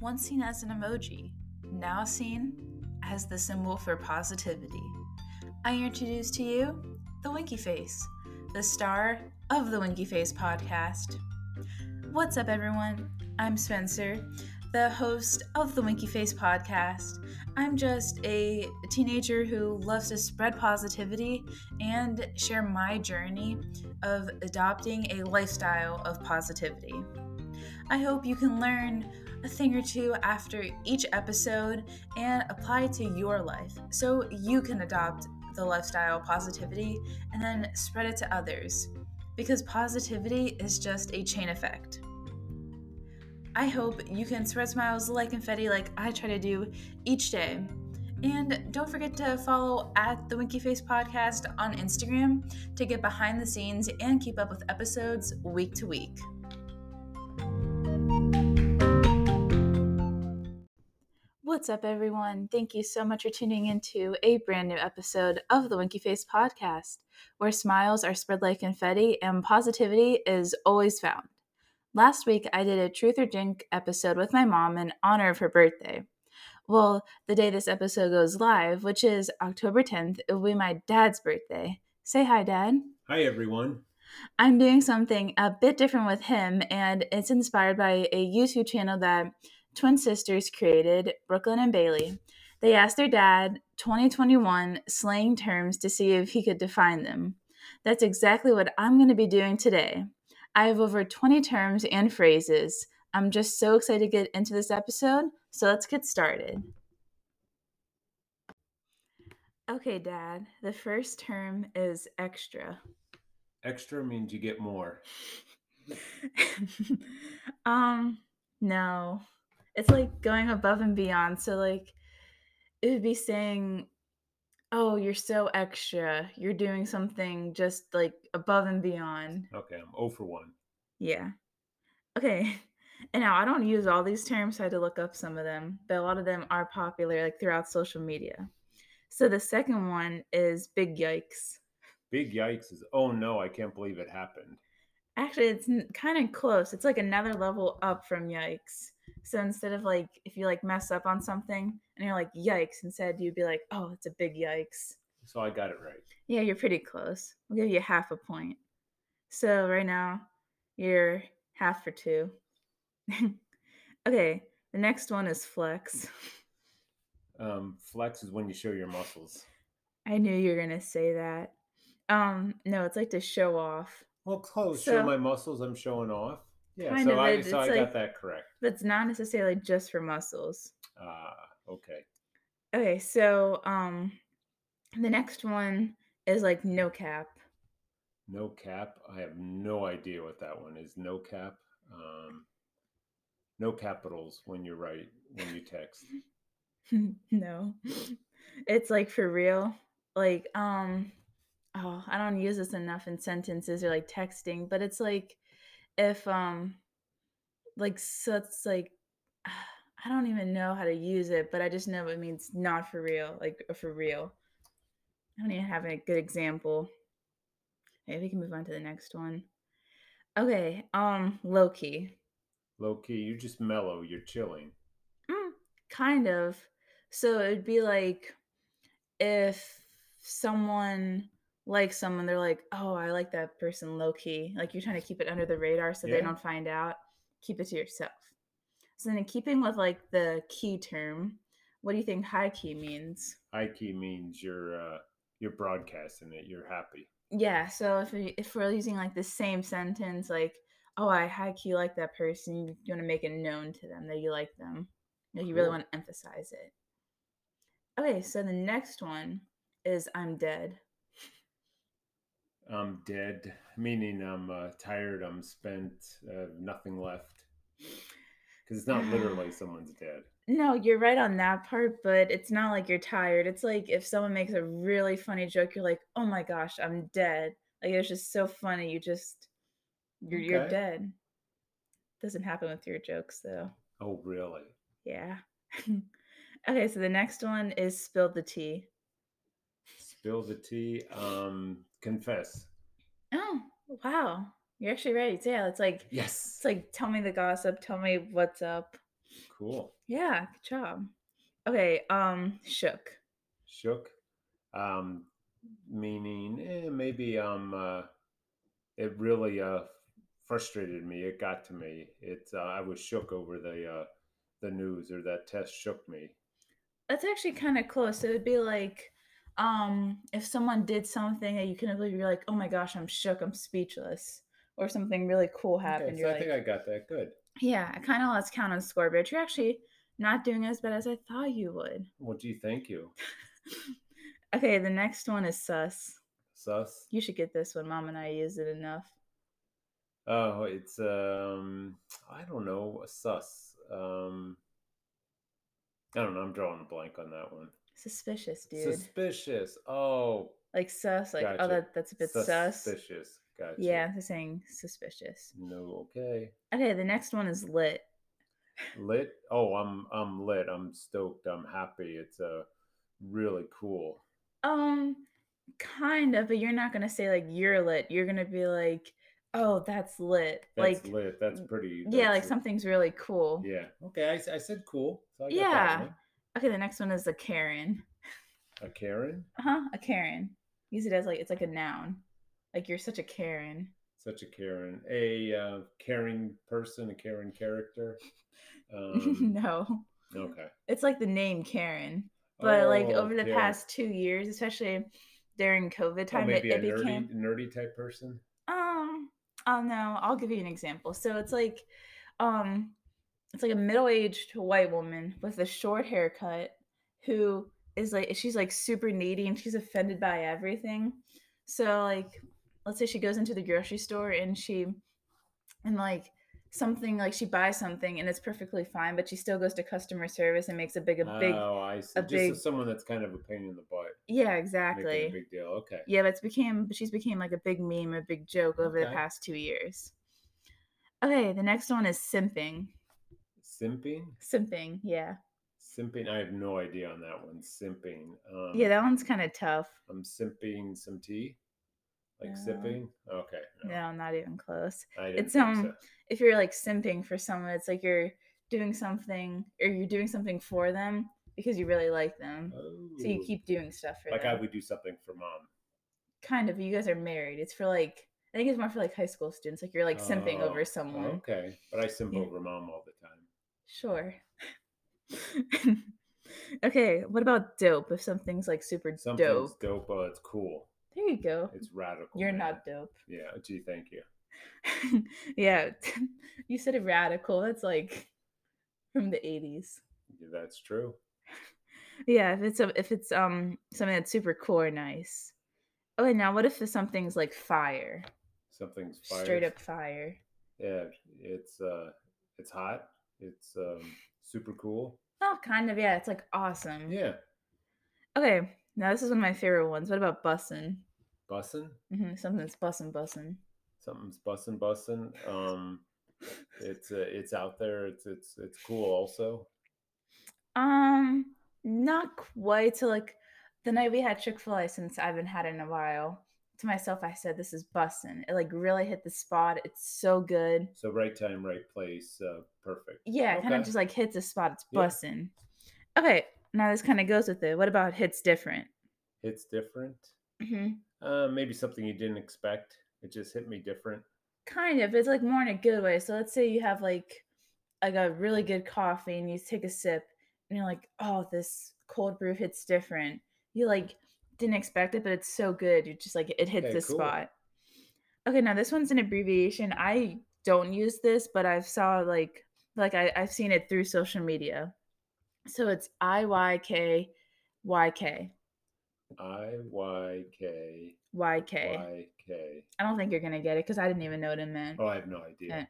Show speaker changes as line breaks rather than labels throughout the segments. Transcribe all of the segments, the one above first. once seen as an emoji, now seen as the symbol for positivity. I introduce to you the Winky Face, the star of the Winky Face podcast. What's up, everyone? I'm Spencer, the host of the Winky Face podcast. I'm just a teenager who loves to spread positivity and share my journey of adopting a lifestyle of positivity. I hope you can learn a thing or two after each episode and apply it to your life so you can adopt the lifestyle positivity and then spread it to others because positivity is just a chain effect. I hope you can spread smiles like confetti like I try to do each day. And don't forget to follow at the Winky Face Podcast on Instagram to get behind the scenes and keep up with episodes week to week. What's up, everyone? Thank you so much for tuning into a brand new episode of the Winky Face Podcast, where smiles are spread like confetti and positivity is always found. Last week, I did a Truth or Drink episode with my mom in honor of her birthday. Well, the day this episode goes live, which is October 10th, it will be my dad's birthday. Say hi, Dad.
Hi, everyone.
I'm doing something a bit different with him, and it's inspired by a YouTube channel that twin sisters created, Brooklyn and Bailey. They asked their dad 2021 slang terms to see if he could define them. That's exactly what I'm going to be doing today. I have over 20 terms and phrases. I'm just so excited to get into this episode, so let's get started. Okay, Dad, the first term is extra.
Extra means you get more.
um, no. It's like going above and beyond. So, like, it would be saying, Oh, you're so extra. You're doing something just like above and beyond.
Okay, I'm 0 for 1.
Yeah. Okay. And now I don't use all these terms, so I had to look up some of them, but a lot of them are popular like throughout social media. So the second one is big yikes.
Big yikes is, oh no, I can't believe it happened.
Actually, it's kind of close. It's like another level up from yikes. So instead of like, if you like mess up on something and you're like, yikes, instead you'd be like, oh, it's a big yikes.
So I got it right.
Yeah, you're pretty close. We'll give you half a point. So right now, you're half for two. okay, the next one is flex.
Um, flex is when you show your muscles.
I knew you were gonna say that. Um, no, it's like to show off.
Well, close.
So-
show my muscles. I'm showing off. Yeah,
Kind
so
of,
I
it's-
so I
it's like-
got that correct.
That's not necessarily just for muscles.
Ah, okay.
Okay, so um, the next one is like no cap.
No cap. I have no idea what that one is. No cap. Um, no capitals when you write when you text.
no, it's like for real. Like um, oh, I don't use this enough in sentences or like texting, but it's like if um, like so it's like I don't even know how to use it, but I just know it means not for real, like uh, for real. I don't even have a good example. Maybe we can move on to the next one. Okay, um, low key.
Low key. You just mellow. You're chilling.
Mm, kind of. So it'd be like if someone likes someone, they're like, oh, I like that person low key. Like you're trying to keep it under the radar so they
Yeah.
don't find out. Keep it to yourself. So then, in keeping with like the key term, what do you think high key means?
High key means you're uh, you're broadcasting it. You're happy.
Yeah. So if, we, if we're using like the same sentence, like, oh, I high key like that person, you want to make it known to them that you like them. Like, you really
Cool.
want to emphasize it. Okay. So the next one is I'm dead.
I'm dead, meaning I'm uh, tired, I'm spent, uh, nothing left. Because it's not literally someone's dead.
No, you're right on that part, but it's not like you're tired. It's like if someone makes a really funny joke, you're like, oh my gosh, I'm dead. Like, it was just so funny. You just, you're, you're
Okay.
dead. Doesn't happen with your jokes, though.
Oh, really?
Yeah. okay, so the next one is spill the tea.
Spill the tea. Um, confess.
Oh, wow. You're actually right. Yeah, it's like
Yes.
it's like tell me the gossip, tell me what's up.
Cool.
Yeah, good job. Okay, um, shook.
Shook. Um, meaning eh, maybe um, uh, it really uh, frustrated me. It got to me. It uh, I was shook over the uh, the news or that test shook me.
That's actually kind of close. It would be like, um, if someone did something that you couldn't believe, you're like, oh my gosh, I'm shook, I'm speechless, or something really cool happened.
Okay, so
you're
I
like,
think I got that. Good.
yeah, it kind of lets count on the score, but you're actually not doing as bad as I thought you would.
Well, gee, thank you.
okay, the next one is sus.
Sus.
You should get this one. Mom and I use it enough.
Oh, it's um, I don't know, sus. Um, I don't know. I'm drawing a blank on that one.
Suspicious, dude.
Suspicious. Oh,
like sus, like
Gotcha.
oh that that's a bit sus.
Suspicious. Gotcha.
Yeah, they're saying suspicious.
No. Okay.
Okay, the next one is lit.
Lit. Oh, I'm I'm lit. I'm stoked. I'm happy. It's uh, really cool.
Um, kind of, but you're not gonna say like you're lit. You're gonna be like, oh, that's lit.
That's
like,
lit. That's pretty.
yeah, like
that's-
something's really cool.
Yeah. Okay. I, s- I said cool. So I got
Yeah.
That one.
Okay, the next one is a Karen.
A Karen.
Uh huh. A Karen. Use it as like it's like a noun. Like you're such a Karen.
Such a Karen. A uh, caring person. A caring character. Um,
no,
Okay.
it's like the name Karen. But like
Oh,
over the
Karen.
past two years, especially during COVID
Oh,
time, it,
maybe
it
a nerdy,
became
nerdy type person.
Um, oh no, I'll give you an example. So it's like, um, it's like a middle-aged white woman with a short haircut who is like she's like super needy and she's offended by everything. So like, let's say she goes into the grocery store and she, and like something like she buys something and it's perfectly fine, but she still goes to customer service and makes a big a big
oh, I see.
a
Just
big-
as someone that's kind of a pain in the butt.
yeah
Making a
exactly
big deal. Okay.
yeah, but it's became she's became like a big meme, a big joke over the
Okay.
past two years. Okay, the next one is simping.
Simping.
Simping, yeah,
Simping. I have no idea on that one. Simping. Um,
yeah, that one's kind of tough.
I'm simping some tea. Like
No.
sipping. Okay.
No, not even close.
I didn't
It's,
think
um, If you're like simping for someone, it's like you're doing something or you're doing something for them because you really like them,
so.
so you
Oh,
keep doing stuff for
Like I
them.
would do something for mom.
Kind of. You guys are married. It's for like I think it's more for like high school students. Like you're like simping
Oh,
over someone.
Okay. But I simp
Mm-hmm. Yeah.
over mom all the time.
Sure. okay, what about dope? If something's like super
Something's
dope,
dope. Oh, it's cool.
there you go.
It's radical.
You're
man.
not dope.
Yeah. Gee, thank you.
yeah, you said a radical. That's like from the '80s.
Yeah, that's true.
Yeah, if it's a, if it's um something that's super cool or nice. Okay, now what if something's like fire,
Something's fire.
straight up fire?
Yeah. It's uh, it's hot. It's um, super cool.
Oh, kind of. Yeah, it's like awesome.
Yeah.
Okay, now this is one of my favorite ones. What about bussin'?
Bussin'.
hmm something that's bussin', bussin'.
something's bussin' bussin'. Um, it's uh, it's out there. It's it's it's cool. Also,
Um, not quite. So like the night we had Chick Fil A, since I haven't had it in a while, to myself I said, "This is bussin'." It like really hit the spot. It's so good.
so right time, right place, uh, perfect.
Yeah, it kind of
Okay.
just like hits a spot. It's
Yeah.
bussin'. Okay, now this kind of goes with it. What about hits different?
Hits different.
hmm
Uh, maybe something you didn't expect. It just hit me different.
Kind of. It's like more in a good way. So let's say you have like like a really good coffee and you take a sip and you're like, "Oh, this cold brew hits different." You like didn't expect it, but it's so good. You just like it hits
Okay,
the
cool.
spot. Okay, now this one's an abbreviation. I don't use this, but I've saw like like I, I've seen it through social media. So it's I Y K Y K
I Y K
Y K.
Y K.
I don't think you're gonna get it because I didn't even know what it meant.
Oh, I have no idea.
Eh.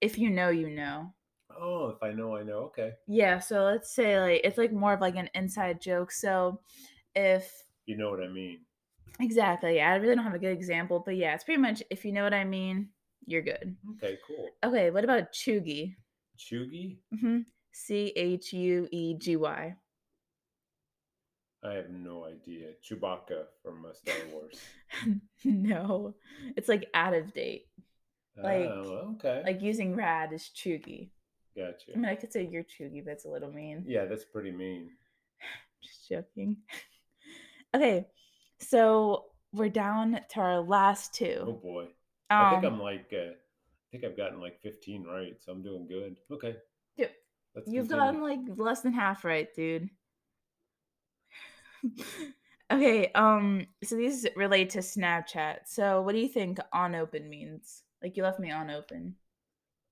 If you know, you know.
Oh, if I know, I know. Okay,
Yeah, so let's say like it's like more of like an inside joke. So if
you know what I mean.
exactly, I really don't have a good example, but yeah, it's pretty much if you know what I mean, you're good.
Okay, cool.
Okay, what about chuggy?
Chugi.
Mm-hmm. C H U E G Y.
I have no idea. Chewbacca from uh, Star Wars.
no, it's like out of date. Like-
oh, okay.
Like using rad is chuggy.
Gotcha.
I mean, I could say you're chuggy, but it's a little mean.
Yeah, that's pretty mean.
Just joking. okay, so we're down to our last two.
Oh boy. I think
Um,
I'm like, uh, I think I've gotten like 15 right, so I'm doing good. Okay.
Yep.
Let's
You've
continue.
gotten like less than half right, dude. okay, um, so these relate to Snapchat. So what do you think on open means? Like you left me on open.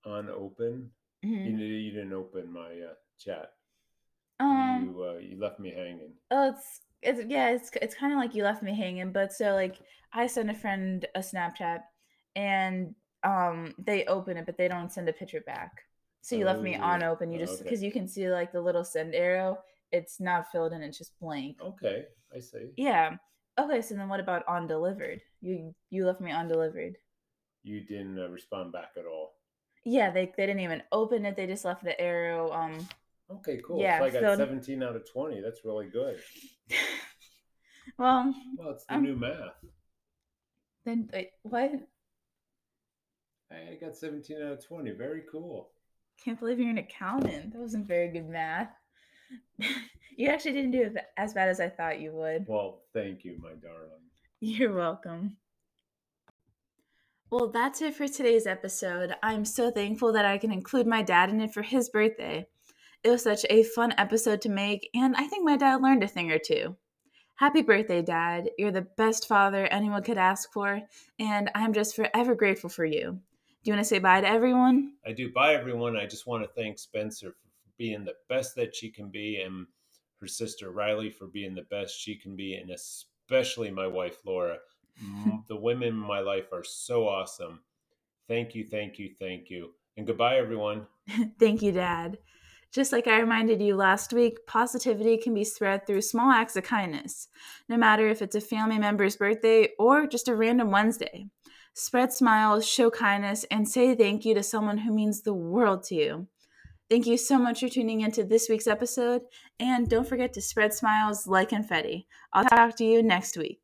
on open. You,
Mhm.
didn't- you didn't open my uh, chat.
Um,
you uh, you left me hanging.
oh, it's it's yeah, it's it's kind of like you left me hanging. But so like I send a friend a Snapchat, and um, they open it, but they don't send a picture back. So you left me on
Oh,
open. You just
okay.
because you can see like the little send arrow. It's not filled in. It's just blank.
Okay, I see.
Yeah. Okay, so then what about on delivered? You you left me on delivered.
You didn't uh, respond back at all.
Yeah, they they didn't even open it. They just left the arrow. Um,
Okay, cool.
Yeah,
so I got
so-
17 out of 20. That's really good.
well,
Well, it's the
Um,
new math.
then wait, what?
I got 17 out of 20. Very cool.
Can't believe you're an accountant. That wasn't very good math. you actually didn't do it ba- as bad as I thought you would.
Well, thank you, my darling.
You're welcome. Well, that's it for today's episode. I'm so thankful that I can include my dad in it for his birthday. It was such a fun episode to make, and I think my dad learned a thing or two. Happy birthday, Dad. You're the best father anyone could ask for, and I'm just forever grateful for you. Do you want to say bye to everyone?
I do. Bye, everyone. I just want to thank Spencer for being the best that she can be and her sister Riley for being the best she can be, and especially my wife Laura. Mm, the women in my life are so awesome. Thank you, thank you, thank you. And goodbye, everyone.
Thank you, Dad. Just like I reminded you last week, positivity can be spread through small acts of kindness, no matter if it's a family member's birthday or just a random Wednesday. Spread smiles, show kindness, and say thank you to someone who means the world to you. Thank you so much for tuning into this week's episode, and don't forget to spread smiles like confetti. I'll talk to you next week.